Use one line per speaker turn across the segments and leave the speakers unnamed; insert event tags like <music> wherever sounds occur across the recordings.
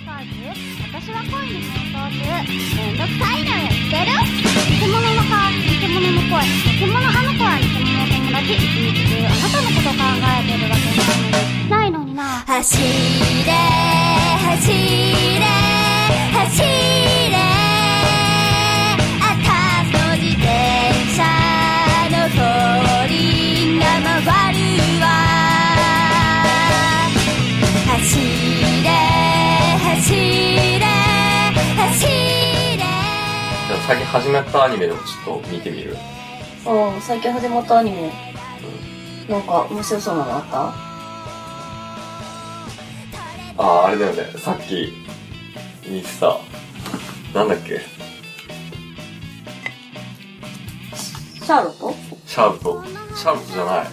私は恋に奮闘中めんどくさいのよ知ってる偽物の顔偽物の声偽物あの子は偽物の友達一日中あなたのこと考えてるわけないのにないのにな
走れ走れ走れ赤の自転車の後輪が回るわ走れ走れ走れ
じゃあ最近始まったアニメでもちょっと見てみる
ああ最近始まったアニメなんか面白そうなのあっ
あああれだよねさっき見てたなんだっけ
たシャーロット
シャーロットシャーロットじゃない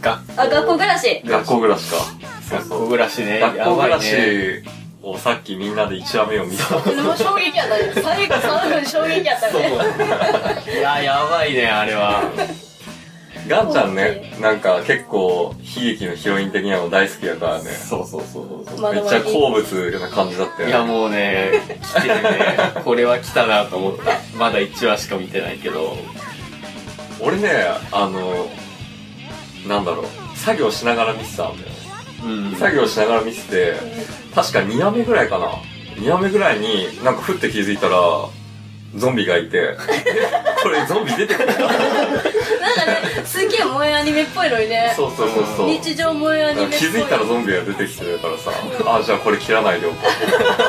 学
あ学校暮ら <laughs> し
学校暮らしか学
校暮らしね。
学校暮ら
やばいね
しをさっきみんなで1話目を見た
でも衝撃やったね最後最後に衝撃やった
そう
ね
<laughs> いや、やばいね、あれは。
ガンちゃんねなんか結構悲劇のヒロイン的なの大好きやからね
そうそうそうそう。
ま
め
だ
っちゃ好物な感じだった
いや、
よね
もうね、来てるね。これは来たなと思った。まだ1話しか見てないけど。
俺ねあのなんだろう作業しながら見てたんだよね
うん。
作業しながら見てて確か2話目ぐらいかな2話目ぐらいになんかふって気づいたらゾンビがいて <laughs> えこれゾンビ出てくる
なんかねすげえ萌えアニメっぽいのにね
そうそうそうそう
日常萌えアニメっぽい
気づいたらゾンビが出てきてるからさあじゃあこれ切らないでおこ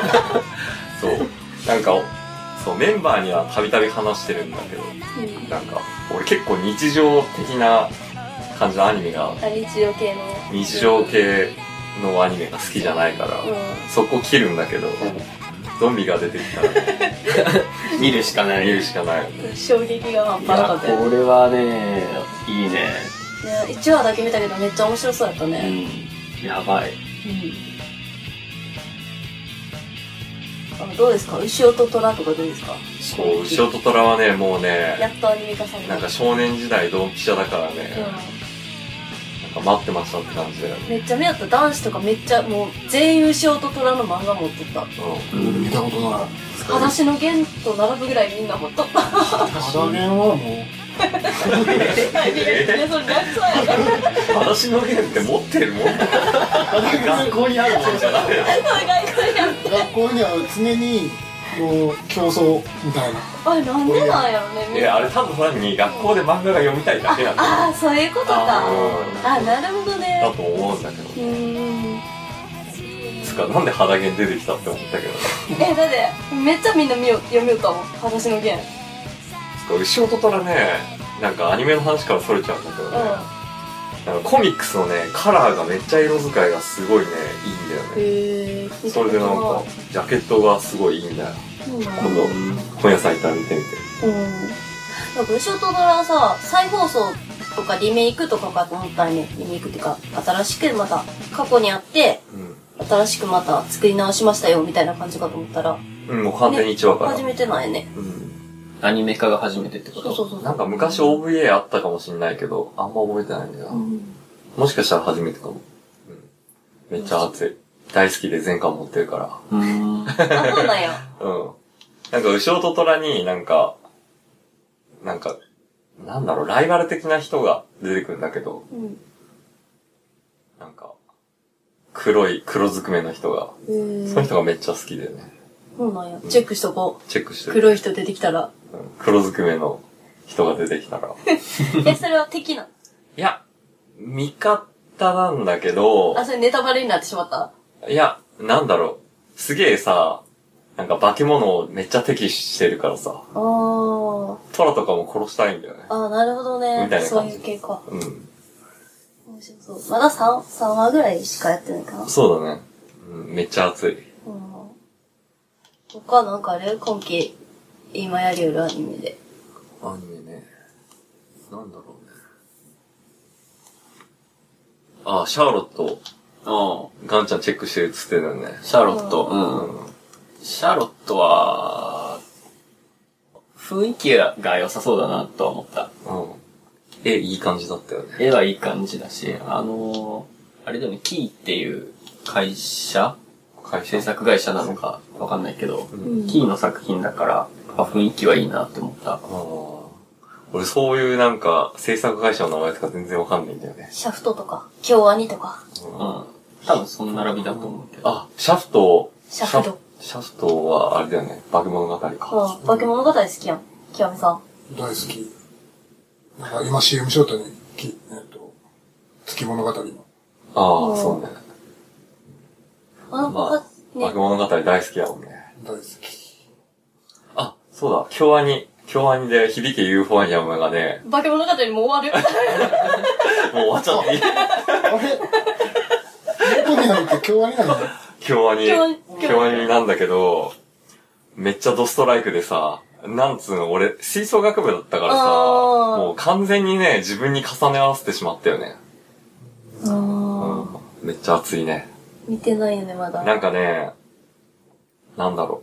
うそうなんかそうメンバーにはたびたび話してるんだけどなんか俺結構日常的な感じのアニメが
あ日常系の
日常系のアニメが好きじゃないから、
ん
そこ切るんだけど、ゾンビが出てきたら
見るしかない。
見るしかないよね
衝撃が半
い
端
や
なかったよ
これはね、いいね。
1話だけ見たけどめっちゃ面白そうだった
う
ね
ん。やばい。
あどうですか牛尾と虎とかどうですか
そう牛尾と虎はねもう
や
ね
っとアニメ化された
なんか少年時代ドンピシャだからね、
う
なんか待ってましたって感じだよね
んめっちゃ目立った男子とかめっちゃもう全員牛尾と虎の漫画持っとった
うん見たことない
裸足の弦と並ぶぐらいみんな持っとった
肌年はもう
いやそれ略そうやから
うん私のゲームって持ってるもん
学校にあるもんじゃない
外国やん
学校には常にもう競争みたいな
あれなんでなんやろねみん
え
な
あれ多分単に学校で漫画が読みたいだけなんだ
ああそういうことか
あ
あなるほど
だ
ね
と思うんだけど
うーん
つかなんで肌毛出てきたって思ったけど
えだってめっちゃみんな見よ読みよったもん裸足の弦
つか牛尾と虎ねなんかアニメの話からそれちゃうんだけど
う
ね
ん、へ
なんかコミックスのねカラーがめっちゃ色使いがすごいねいいんだよね
え
それでなんかジャケットがすごいいいんだよ
うんなん
今度本屋さん行ったら見てみて
か後ろとドラさ再放送とかリメイクとかかと思ったらねリメイクっていうか新しくまた過去にあって新しくまた作り直しましたよみたいな感じかと思ったら
うん、もう完全に1話から、
始めてないね
うん、
アニメ化が初めてってこ
そう
と
そうそう
なんか昔 OVA あったかもしんないけどあんま覚えてないんだよな、もしかしたら初めてかも、うん、めっちゃ熱い大好きで全巻持ってるか
うーん。
あそうなんや
らうんなんか後ろと虎になんかなんかなんだろうライバル的な人が出てくるんだけど
<laughs> うん
なんか黒い黒ずくめの人が
へー
その人がめっちゃ好きでね
そうなんやチェックしとこ
チェックし
う
てる
黒い人出てき
<laughs>
たら
うん黒ずくめの人が出てきたら。 <laughs> い
えそれは敵なの
や、味方なんだけど
あ、それネタバレになってしまった
いや、なんだろう。すげえさ、なんか化け物をめっちゃ敵視してるからさ、
あー
トラとかも殺したいんだよね。
あーなるほど
みたい
ね
な
そう
感じ
いう系か
うん。
面白そうまだ 3, 三話ぐらいしかやってないかな
そうだね。うん、めっちゃ熱い。
うん他なんかあれ今期今やりよるアニメで
アニメね。なんだろうね。あ、シャーロット、
うん。
ガンちゃんチェックしてるっつってたよね。
シャーロット。うん。シャーロットは、雰囲気が良さそうだなとは思った。
うん。え、いい感じだったよね。
絵はいい感じだし、あのーあれだよね、キーっていう会社
会社
制作会社なのかわかんないけど、キーの作品だから、あ雰囲気はいいなって思った。
あー俺そういうなんか制作会社の名前とか全然わかんないんだよね。
シャフトとか、京アニとか、
うん。多分その並びだと思うけど。
あ、
あ、
シャフト。
シャフト。
シャフトはあれだよね。バグ物語か。
うん、化け物語好きやん。極めさん。
大好き。なんか今 CM ショートに、きえっと、月物語の。
ああ、そうね。
あの子
ま
が
あ、、バ
ね
グ、物語大好きやもんね。
大好き。
あ、そうだ。京アニ。京アニで響けユーフォニアムがね、
化け物語も終 <laughs> わる。
もう終わっちゃっていい。
あれ猫になって京アニなんだ。
京アニ
京アニ、
京アニなんだけど、めっちゃドストライクでさ、なんつうの、俺、吹奏楽部だったからさ、
あー
もう完全にね、自分に重ね合わせてしまったよね。
あ
うんめっちゃ熱いね。
ー、見てないよね、まだ。
なんかね、なんだろ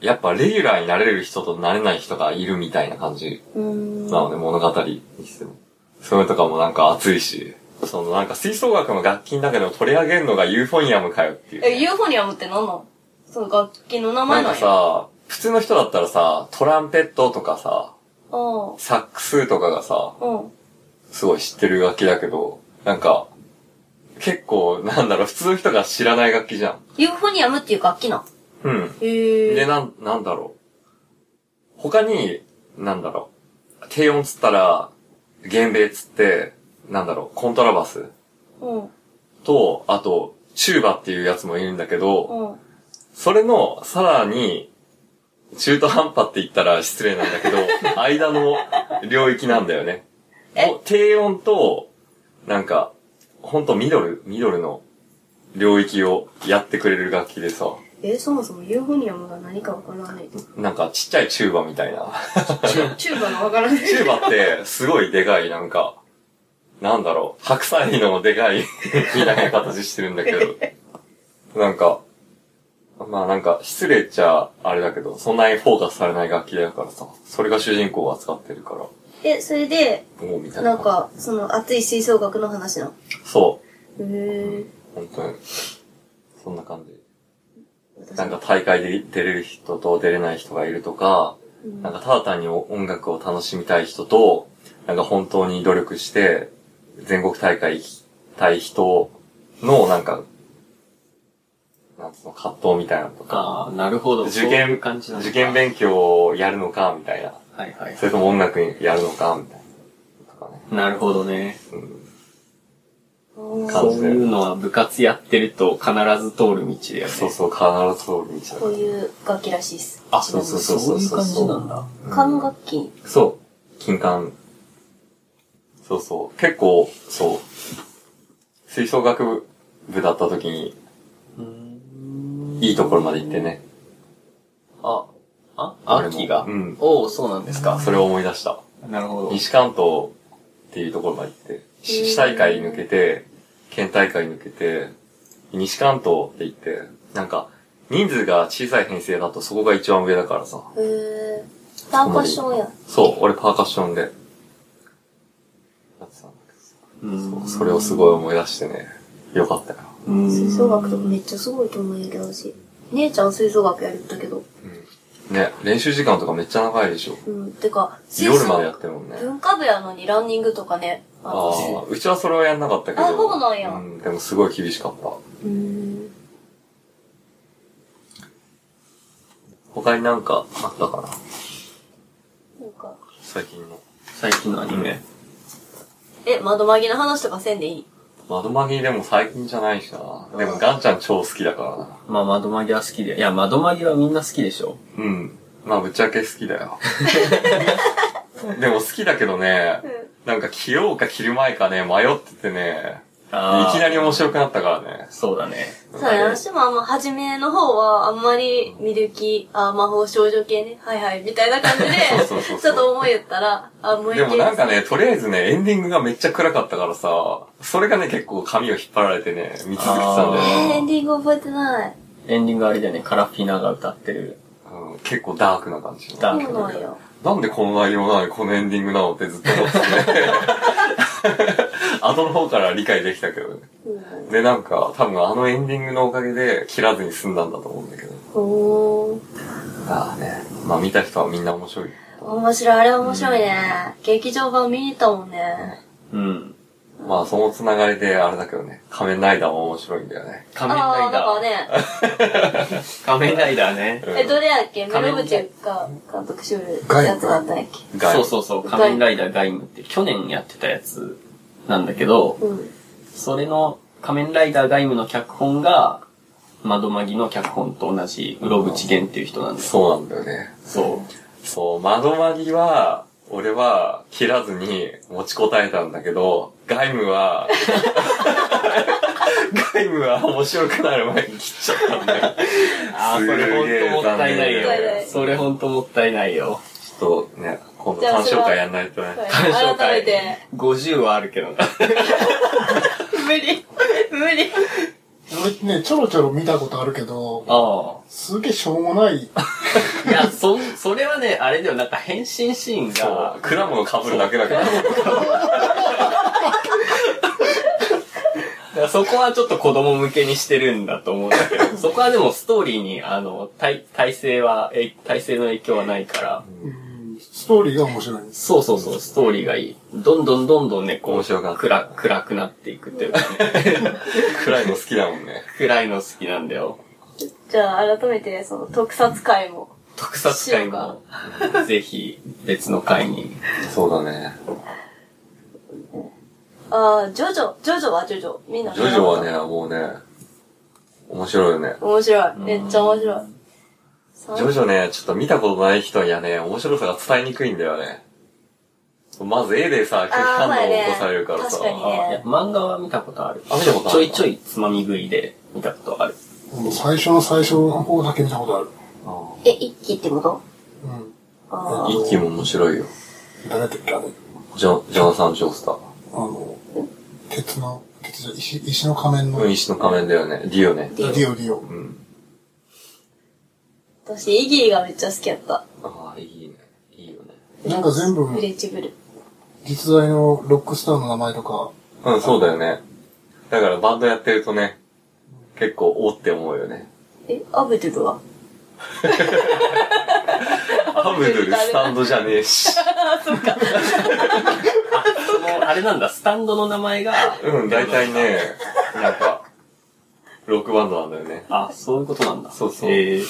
う。やっぱレギュラーになれる人となれない人がいるみたいな感じ
うーん。
なので、物語にしても。そういうのとかもなんか熱いし、そのなんか吹奏楽の楽器の中でも取り上げるのがユーフォニアムかよっていうね、
え、ユーフォニアムって何なのその楽器の名
な
前
ん
なん
か
や。
さ、普通の人だったらさ、トランペットとかさ、
うん。
サックスとかがさ、
うん。
すごい知ってる楽器だけど、なんか、結構、なんだろう、普通の人が知らない楽器じゃん。
ユーフォニアムっていう楽器なん。
うん。
へ
で、
え。
なん、なんだろう。他に、なんだろう。低音つったら、弦米つって、なんだろう、コントラバス
うん。
と、あと、チューバっていうやつもいるんだけど、
うん。
それの、さらに、中途半端って言ったら失礼なんだけど、間の領域なんだよね。
え
お低音と、なんか、ほんとミドル、ミドルの領域をやってくれる楽器でさ、
え、そもそもユーフォニアムが何かわからない。
なんかちっちゃいチューバみたいな。
チュチューバのわからない。
チューバって、すごいでかい、なんか、なんだろう、白菜のでかい、 <laughs> みたいな形してるんだけど、なんか、まあなんか、失礼っちゃ、あれだけど、そんなにフォーカスされない楽器だからさ、それが主人公を扱ってるから、
<laughs> え、それで、
おうみたいな。
なん、か、その熱い吹奏楽の話なの。
そ
へえ。
う、本当に。そんな感じ。
私
なんか大会で出れる人と出れない人がいるとか、なんかただ単に音楽を楽しみたい人と、なんか本当に努力して、全国大会行きたい人の、なんか、なんつうの、葛藤みたいなのとか、
あーなるほど。
受
そうい
験
う感じなんだ
受験勉強をやるのか、みたいな。
はいはい
そ。れとも音楽やるのか、みたいな。とかね。
なるほどね。
うん
感
そう
じ
いう
で。
のは部活やってると必ず通る道だよね。
そうそう、必ず通る道だ
こういう楽器らしいっす。
あ、そうそうそうそうそう。
そういう感じなんだ。
管楽器。
そう。金管。そうそう。結構、そう。吹奏楽部部だった時に、いいところまで行ってね。
あ、あ、秋が。
うん
おお、そうなんですか。
それを思い出した。
なるほど。
西関東っていうところまで行って、し市大会抜けて、県大会抜けて、西関東って言って、なんか、人数が小さい編成だとそこが一番上だからさ。
へえ。パーカッションや。
そう、俺パーカッションで。やってたんだけど
うん
そうそれをすごい思い出してね、よかったよ。
吹奏楽とかめっちゃすごいと思うんやけど、私。姉ちゃん吹奏楽やりよったけど。
ね、練習時間とかめっちゃ長いでしょ。
うん。てか、吹奏
夜までやってるもんね。
文化部やのにランニングとかね。あ
ああ、うちはそれはやんなかったけど。
あそうなんや
うん、でもすごい厳しかった。
うん。
他になんかあったかな
なんか、
最近の。
最近のアニメ。
え、窓紛の話とかせんでいい
窓マギでも最近じゃないしな。でもガンちゃん超好きだからな。
まあ、窓マギは好きで。いや、窓マギはみんな好きでしょ。
うん。まあぶっちゃけ好きだ
<laughs>
よ。でも好きだけどね、なんか着ようか着る前かね、迷っててね、
あー
いきなり面白くなったからね。
そうだね。
そうや、私もあんま、初めの方は、あんまり、ミルキー、あ、魔法少女系ね、はいはい、みたいな感じで
<laughs> そうそうそうそう、
ちょっと思い言ったら、あ、もう
でもなんかね、とりあえずね、エンディングがめっちゃ暗かったからさ、それがね、結構髪を引っ張られてね、見続けてたんだ
え
よ
ー、
ね。
エンディング覚えてない。
エンディングあれだよね。カラフィナが歌ってる。
うん結構ダークな感じ。
ダ
そ
ー
う
クな
なんよ。
なんでこの内容なのにこのエンディングなのってずっと思ってて。後の方から理解できたけどね。で、なんか、多分あのエンディングのおかげで切らずに済んだんだと思うんだけど。
おー。
ああね。まあ見た人はみんな面白い。
面白い、あれ面白いね。劇場版見に行ったもんね。
うん。
まあそのつながりであれだけどね、仮面ライダーも面白いんだよね。
仮面
あ
ラ
あ、
イ
だから
ダー。 <laughs>
ね。
仮面ライダーね。
うん
え、どれやっけ
仮面
室
ライダー
口が監督しよるやつだったんやっけ
ガイ
そうそうそう、仮面ライダーガイムって去年やってたやつなんだけど、
うん。
それの仮面ライダーガイムの脚本が、窓マギの脚本と同じ、うろぶちげんっていう人なんです。
そうなんだよね。
そ
そう、窓まぎは、俺は切らずに持ちこたえたんだけど、外務は、 <laughs> 外務は面白くなる前に切っちゃったんだよ。
う。ああ、それほんともったいない
すげえ残念だ
よ
よ。
それほんともったいないよ。
ちょっとね、今度鑑賞会やんないとね。
改めて。
50はあるけどな。
無理。無理。
俺ね、ちょろちょろ見たことあるけど、
あ
すげえしょうもない。
あ。いや、そ、それはね、あれだよ、なんか変身シーン
そ
が
う、、クラムを被るだけだから。
だからそこはちょっと子供向けにしてるんだと思うんだけど、 <laughs> そこはでもストーリーに、あの、体、体制は、え体制の影響はないから、
うんストーリーが面白いんです。
そうそうそう、ストーリーがいい。どんどんどんどんね、こ
面
う、
白かった
暗、暗くなっていくっていうかね、
<laughs> 暗いの好きだもんね。
暗いの好きなんだよ。
じゃあ、改めて、その、特撮会も。
特撮会も、ぜひ、別の会に。
そうだね。
ああ、ジョジョ、ジョジョはジョジョ。みんな
ジョジョはね、。もうね、面白いよね。
面白い。めっちゃ面白い。
ジョジョね、ちょっと見たことない人にはね、面白さが伝えにくいんだよね。まず絵でさ、拒否
あー
反
まあ
応を
ね
起こされるからさ。
確かに
あいや
ね。
漫画は見たことある。
あ見たことある
ちょいちょいつまみ食いで見たことある。
最初の最初の方だけ見たことある。
え、一期ってこと
うん。
ああ。
一気も面白いよ。
誰だっけあれ。
ジョ、ジョナサン・ジョースター。
あの、鉄の、鉄じゃ、石、石の仮面の、
うん、
デ
石の仮面だよね。ディオね。
ィオディオ。
うん。
私、イギーがめっちゃ好きやった。
ああ、いいね。いいよね。
なんか全部、
ブリーチブル。
実在のロックスターの名前とか、
うん、そうだよね。だからバンドやってるとね、結構おって思うよね。
え、アブドゥルは
アブドゥルスタンドじゃねえし。
その、あれなんだ、スタンドの名前が、
<laughs> うん、大体ね、なんか、ロックバンドなんだよね。
あ、そういうことなんだ。
そうそう
えー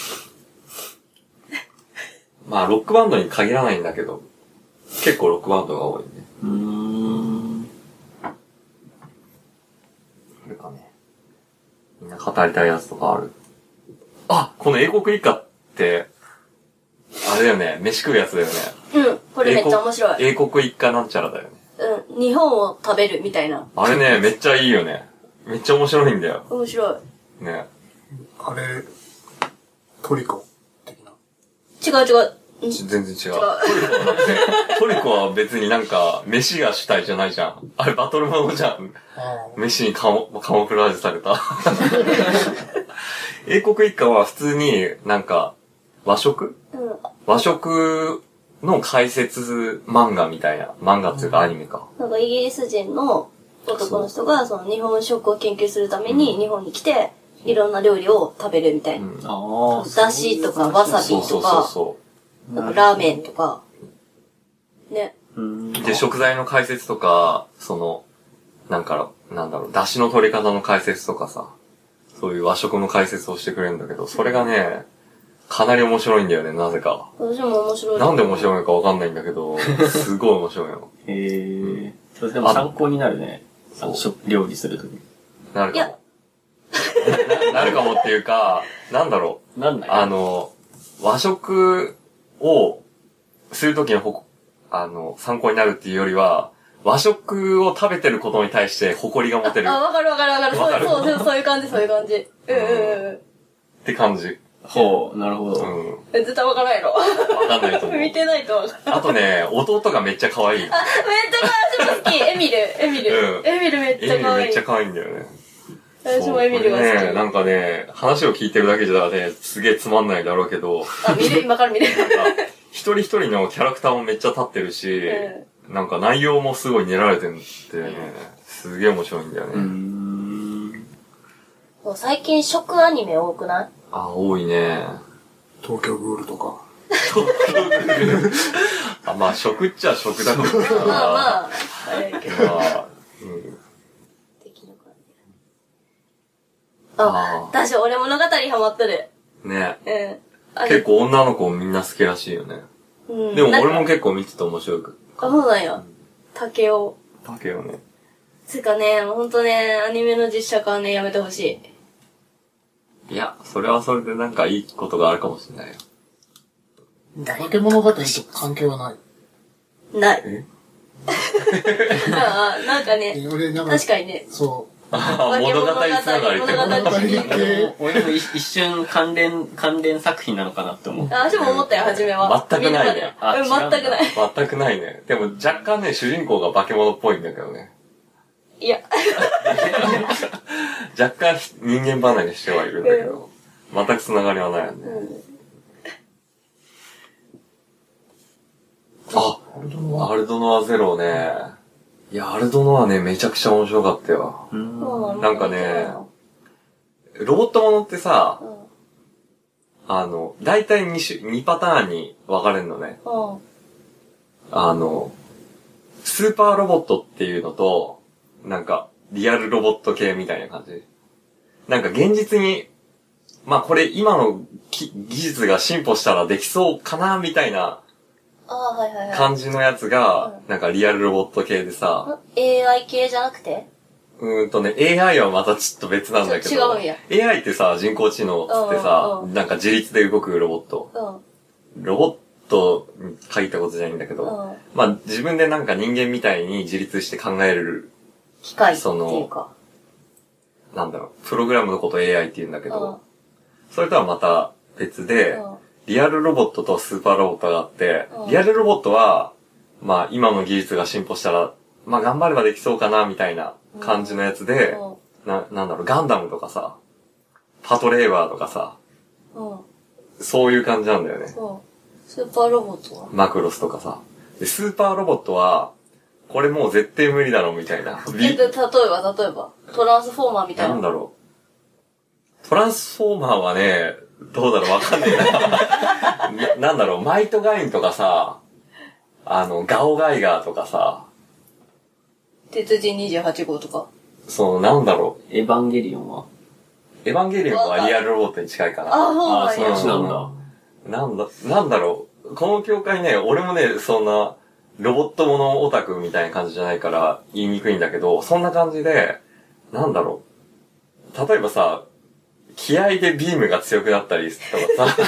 まあ、ロックバンドに限らないんだけど、結構ロックバンドが多いね。
うーん。
あるかね。みんな語りたいやつとかある。あ、この英国一家って、あれだよね、飯食うやつだよね。
うん、これめっちゃ面白い。
英国一家なんちゃらだよね。
うん、日本を食べるみたいな。
あれね、
<laughs>
めっちゃいいよね。めっちゃ面白いんだよ。
面白い。
ね。
あれ、トリコ的な。
違う違う。ん
ち全然違う。トリコは別になんか、飯が主体じゃないじゃん。あれバトルものじゃん。
あ
飯にカモカモフラージュされ
<laughs>
た。英国一家は普通になんか、和食
うん、
和食の解説漫画みたいな。漫画っていうかアニメか。
なんかイギリス人の男の人が、その日本食を研究するために日本に来て、いろんな料理を食べるみたいな。
うん
ああ。
だしとかわさ
そう
び
そうそ
と
う
か、
そ
なんかラーメンとか。ね。
うん
う。で、食材の解説とか、その、なんか、なんだろう、出汁の取り方の解説とかさ、そういう和食の解説をしてくれるんだけど、それがね、かなり面白いんだよね、なぜか。
私も面白い。
なんで面白いのかわかんないんだけど、すごい面白いの。
へえ。それでも参考になるね。あの、食料理するとき。
なる
い
か
や
も。ななるかもっていうか、なんだろ
なんな
う。
い
あの、和食をするときのほこ、あの、参考になるっていうよりは、和食を食べてることに対して誇りが持てる
あ、
っ
わかるわかるわかる。
わかる
そうそうそう、そういう感じ、そういう感じ。うんうんうん。
て感じ。
ほう、なるほ
う
ど。
ん。わ
え絶対わからないの。
かんないと思う
<laughs> 見。てないとわからない。
あとね、弟がめっちゃ可愛い。
あ、めっちゃ可愛い。私も好き。エミル、エミル。
うん
エミルめ
エ
っち
ミ
ゃ
ル
可
め
愛
っ
い
ちゃ。可愛いんだよね。
私もエミルが
そうこれね、な
好
んかね、話を聞いてるだけじゃね、すげえつまんないだろうけど、
き。あ、見る、今から見る。
なんか、一人一人のキャラクターもめっちゃ立ってるし、
う
なんか内容もすごい練られてるんでね、すげえ面白いんだよね。
ん。
もう最近食アニメ多くない
あ、多いね。
東京グールとか。
あ、まあ、食っちゃ食だけどさ。
<laughs> まあまあ、あれやけど、
まあうん
できなかった。
あー
あ、私俺物語ハマっとる。
ね
うん。あ
結
れ、
構女の子みんな好きらしいよね。
うん、
でも
なん
俺
か
も結構見てて面白く。
あ、そうなんや。竹を。
だけどね。
つうかね、ほんとね、アニメの実写化はね、やめてほしい。
いや、それはそれでなんかいいことがあるかもしれないよ。
化け物語と関係はない。
ない <laughs>
え。
ああ、なんかね、
え俺、なんか、
確かにね。
そ
あー <laughs> 物語つながりって
物
う。
語
物語系、
俺もい一瞬関連、関連作品なのかなって思う。
あ、私も思ったよ、初めは。
全くないね
見るま
あ
でう、
違うんんだ
全くない。
全くないね。でも若干ね、主人公が化け物っぽいんだけどね。
いや、
若干ひ人間離れしてはいるんだけど、全くつながりはないよね。あ、
アルドノ
ア
は、
ルドノアゼロね。いや、アルドノアね、めちゃくちゃ面白かったよ。
も
<laughs>
う
なんかね、ロボットものってさ、
うん
あの、だいたい 2, 種2パターンに分かれるのね。
うん。
あの、スーパーロボットっていうのと、なんか、リアルロボット系みたいな感じ。なんか現実に、まあこれ今のき技術が進歩したらできそうかな、みたいな
ああ、はいはいは
感じのやつが、なんかリアルロボット系でさ、
い。ん AI 系じゃなくて
うーんとね、AI はまたちょっと別なんだけど、
ちょ違
AI ってさ、人工知能っつって
うん
さ
うんう、ん
なんか自立で動くロボット。
うん。
ロボットに書いたことじゃないんだけど、
うん
まあ自分でなんか人間みたいに自立して考える、
機械っていうか。
なんだろう、プログラムのこと AI って言うんだけ
うん
ど、それとはまた別で、
うん
リアルロボットとスーパーロボットがあって、
うん
リアルロボットは、まあ今の技術が進歩したら、まあ頑張ればできそうかなみたいな感じのやつで、な、なんだろう、ガンダムとかさ、パトレーバーとかさ、
うん。うん。
そういう感じなんだよね。
うん。スーパーロボットは
マクロスとかさ。で、スーパーロボットは、これもう絶対無理だろ、みたいな。
えで例えば、例えば、トランスフォーマーみたい
な
な。
んだろう。トランスフォーマーはね、どうだろう、わかんね <laughs> えな。ななんだろう、マイトガインとかさ、あの、ガオガイガーとかさ、
鉄人28号とか。
その、なんだろ
エヴァンゲリオンは
う、エヴァンゲリオンはリアルロボットに近いかな。
あ、そうなん
そ
や
っちなんだ。
なんだ、なんだろう。この教会ね、俺もね、そんな、ロボットものオタクみたいな感じじゃないから言いにくいんだけど、そんな感じで、なんだろう。例えばさ、気合でビームが強くなったりとかさ、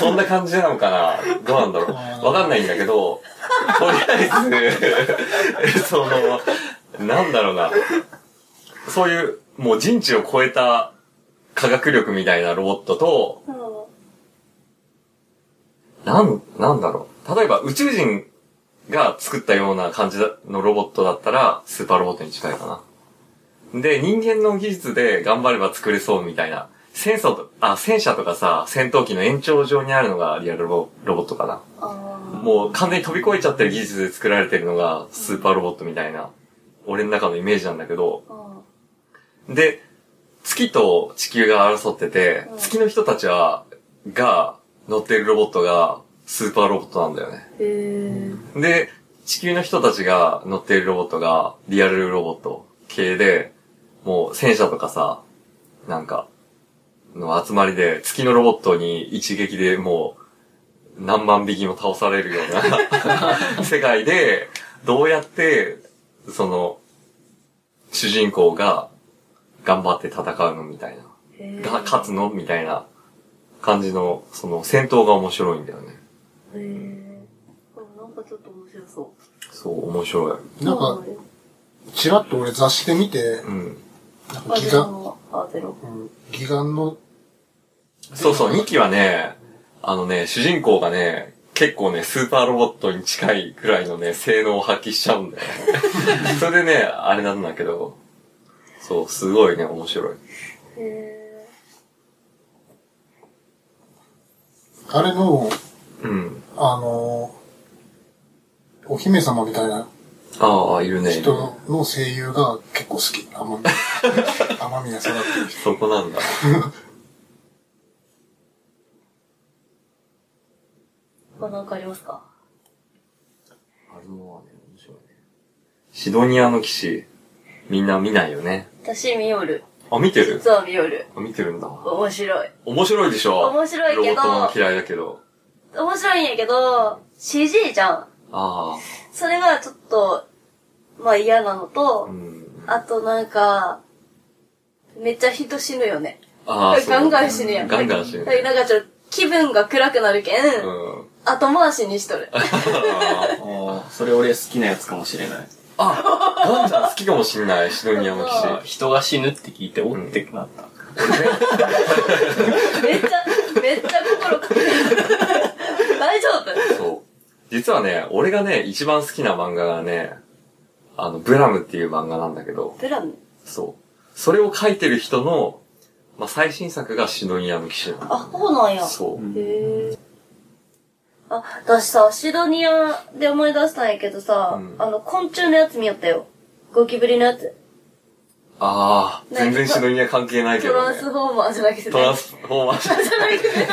<laughs> そんな感じなのかなどうなんだろう。わかんないんだけど、とりあえず、 <laughs> その、なんだろうな。そういう、もう人知を超えた科学力みたいなロボットと、なん、なんだろう。例えば宇宙人が作ったような感じのロボットだったら、スーパーロボットに近いかな。で、人間の技術で頑張れば作れそうみたいな。戦争と、あ、戦車とかさ、戦闘機の延長上にあるのがリアルロボロボットかな。
あ
もう完全に飛び越えちゃってる技術で作られてるのがスーパーロボットみたいな、俺の中のイメージなんだけど、
ーうん
で、月と地球が争ってて、月の人たちは、が、乗ってるロボットが、スーパーロボットなんだよね。
へー
で、地球の人たちが乗ってるロボットが、リアルロボット系で、もう戦車とかさ、なんか、の集まりで、月のロボットに一撃でもう、何万匹も倒されるような世界で、どうやって、その、主人公が頑張って戦うのみたいな。
へー
が勝つのみたいな感じの、その戦闘が面白いんだよね。
へーなんかちょっと面白そ
そう、面白い。
う。
なんか、ちらっと俺雑誌で見て、
うん。
なんか
ア
ギ
ゼロ
ガ、
の、アゼロ。
うんギガンの、
そうそう、2期はね、あのね、主人公がね、結構ね、スーパーロボットに近いくらいのね、性能を発揮しちゃうんだよ
<laughs>
ね。それでね、あれなんだけど、そう、すごいね、面白い。
へ
あれの、
うん。
あの、お姫様みたいな
ああ、いるね。
人のの声優が結構好き。天宮。天宮育ってる人。
そこなんだ。
他なんかありますか
あれもね、面白いね。シドニアの騎士、みんな見ないよね。
私見よる。
あ、見てる
実は見よる。
あ見てるんだ。
面白い。
面白いでしょ
面白い
ロ
けど
ボットもの嫌いだけど。
面白いんやけど、CG じゃん。
あ
それはちょっと、まあ嫌なの
あ、
と
う、ん。
あとなんか、めっちゃ人死ぬよね。
ああ、そう
ガンガン死ぬやん。
ガンガン死ぬ。
はいなんかちょっと気分が暗くなるけん、
うん。
後回しにしとる。
あ
ああ、それ俺好きなやつかもしれない。
あ、あガンちゃん好きかもしんない、シドニアの騎士。
あ人が死ぬって聞いて、おってなった。
めっ
<laughs>
ちゃ、めっちゃ心かける <laughs> 大丈夫
そう。実はね、俺がね、一番好きな漫画がね、あの、ブラムっていう漫画なんだけど、
ブラム
そう。それを書いてる人の、まあ、最新作がシドニアの騎士なんだ。
あ、そうなんや。
そう。
へーあ、私さ、シドニアで思い出したんやけどさ、
うん
あの、昆虫のやつ見よったよ。ゴキブリのやつ。
ああ、全然シドニア関係ないけ
ト
ど
ラン
ね。
スフォーマーじゃなくて、ね、
トランスフォーマーズ。テ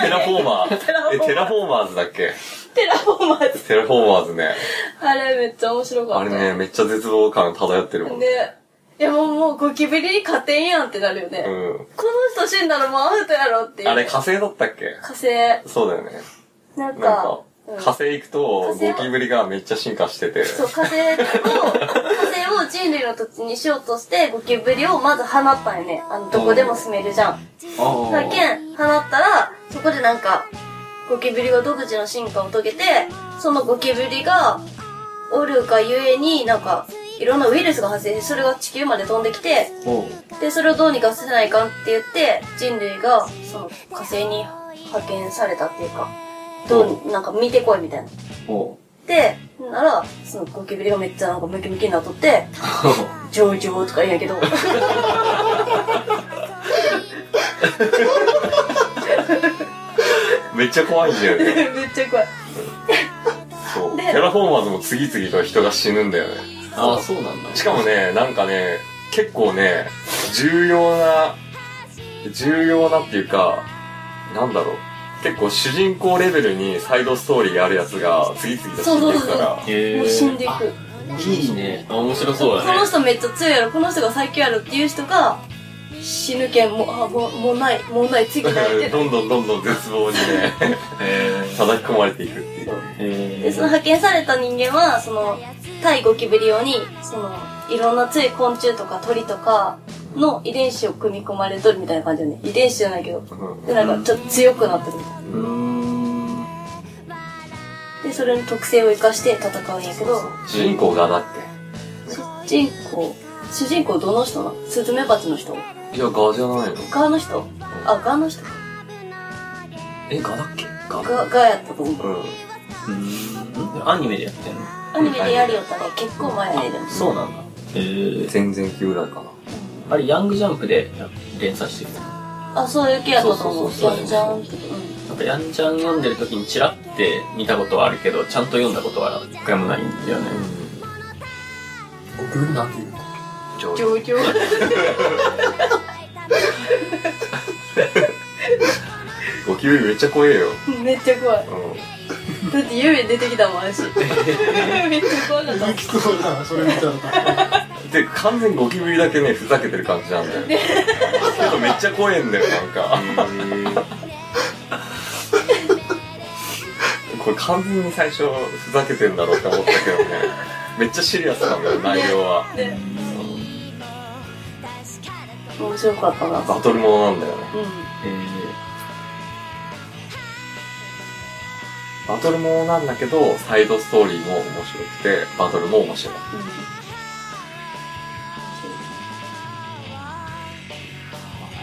ラフォーマー。え、テラフォーマーズだっけ
テラフォーマーズ。
テラフォーマーズね。
あれめっちゃ面白か
あ
っ
れ
た。
ね、めっちゃ絶望感漂ってるもん。
ね。いやもう、もうゴキブリに勝てんやんってなるよね。
うん。
この人死んだらもうアウトやろっていう。
あれ火星だったっけ
火星。
そうだよね。
な
な
ん
んか
か、うん、
火星行くと、
火星
ゴキブリがめっちゃ進化してて。
そう、火星を、火星を人類の土地にしようとして、ゴキブリをまず放ったんよね。あの、どこでも住めるじゃん。
あ
だけん、放ったら、そこでなんか、ゴキブリが独自の進化を遂げて、そのゴキブリが、おるがゆえになんか、いろんなウイルスが発生して、それが地球まで飛んできて、
おう
で、それをどうにかせないかんって言って、人類が、その、火星に派遣されたっていうか、どう、なんか見てこいみたいな。
おう
で、なら、そのゴキブリがめっちゃなんかムキムキになっとって、ジョージョーとか言うんやけど。 <laughs>
めっちゃ怖いんだよ
<laughs>
ね。
めっちゃ怖い。
そう。
で
テラフォーマーズも次々と人が死ぬんだよね。
ああ、そうなんだ。
しかもね、なんかね、結構ね、重要な、重要なっていうか、なんだろう。結構主人公レベルにサイドストーリーがあるやつが次々と死んでいく
そうそう
から。
へ
もう死んでいく。
いいね。あ面白そう
こ
だ
の
ね。
人めっちゃ強いやろこの人が最強やろっていう人が死ぬけんもうあもうもうないもうない次
だ
な
か
いって <laughs>
ら、
な
<laughs> どんどんどんどん絶望にね、
へ
叩き込まれていくっていう。
え。
でその派遣された人間はその対ゴキブリ用にそのいろんな強い昆虫とか鳥とかの遺伝子を組み込まれとるみたいな感じよね遺伝子じゃないけどでなんかちょっと強くなってるでそれの特性を生かして戦うんやけど
主人公がだっ
主人公主人公どの人なのスズメバチの人
て。いや、ガじゃないの
ガーの人あガーの人
え、ガだっけガ
ガガーやったと思う
うん。
うんアニメでやってんの
アニメでやるよったね、結構前やねでも。
そうなんだ。へえ。
全然級ぐらいかな。
あれ、ヤングジャンプで連載してる
あ、そういう系やったと思う。
そうそうそう
やんちゃん。
なんか、ヤンちゃん読んでる時にチラって見たことはあるけど、ちゃんと読んだことは一回もないんだよね。
ゴキブリなんて言うんだっ
上
状況。 <laughs>
ゴキブリめっちゃ怖えよ。
めっちゃ怖い。
うん。
だって夢出てきたもん、私。 <laughs> めっちゃ怖かっ
け
た。
きつ <laughs> そうだな、それ見たら。
で完全にゴキブリだけねふざけてる感じなんだよけどめっちゃ怖えんだよなんかこれ完全に最初ふざけてんだろうって思ったけどねめっちゃシリアスなんだよ内容は
で面白かったな。
バトルものなんだよね
う
バトルものなんだけどサイドストーリーも面白くてバトルも面白い
ん。うん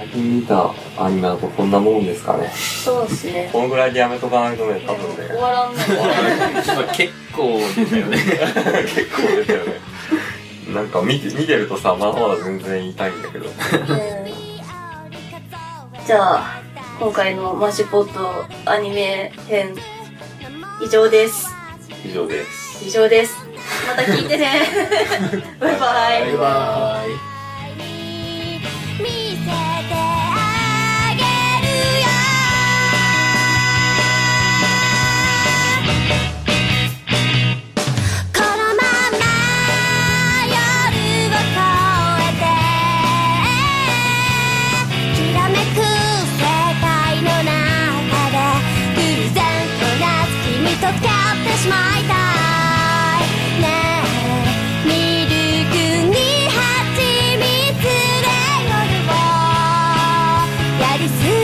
最近見たアニメだとこんなもんですかね
そうっすね。
このぐらいでやめとかないとね
で
多
も
分
終
ね
わらんね。
まあ結構出たよね。
結構出たよねなんか見て見てるとさまだまだ全然痛いんだけど
うんじゃあ、今回のマッシュポットアニメ編、以上です。
以上です
以上です。また聞いて <laughs> ねバイバイ
バイバイ。
見せてあげるよこのまま夜を越えてきらめく世界の中で偶然同じ君と出会ってしまいたいねえミルクに蜂蜜で夜をやり過ご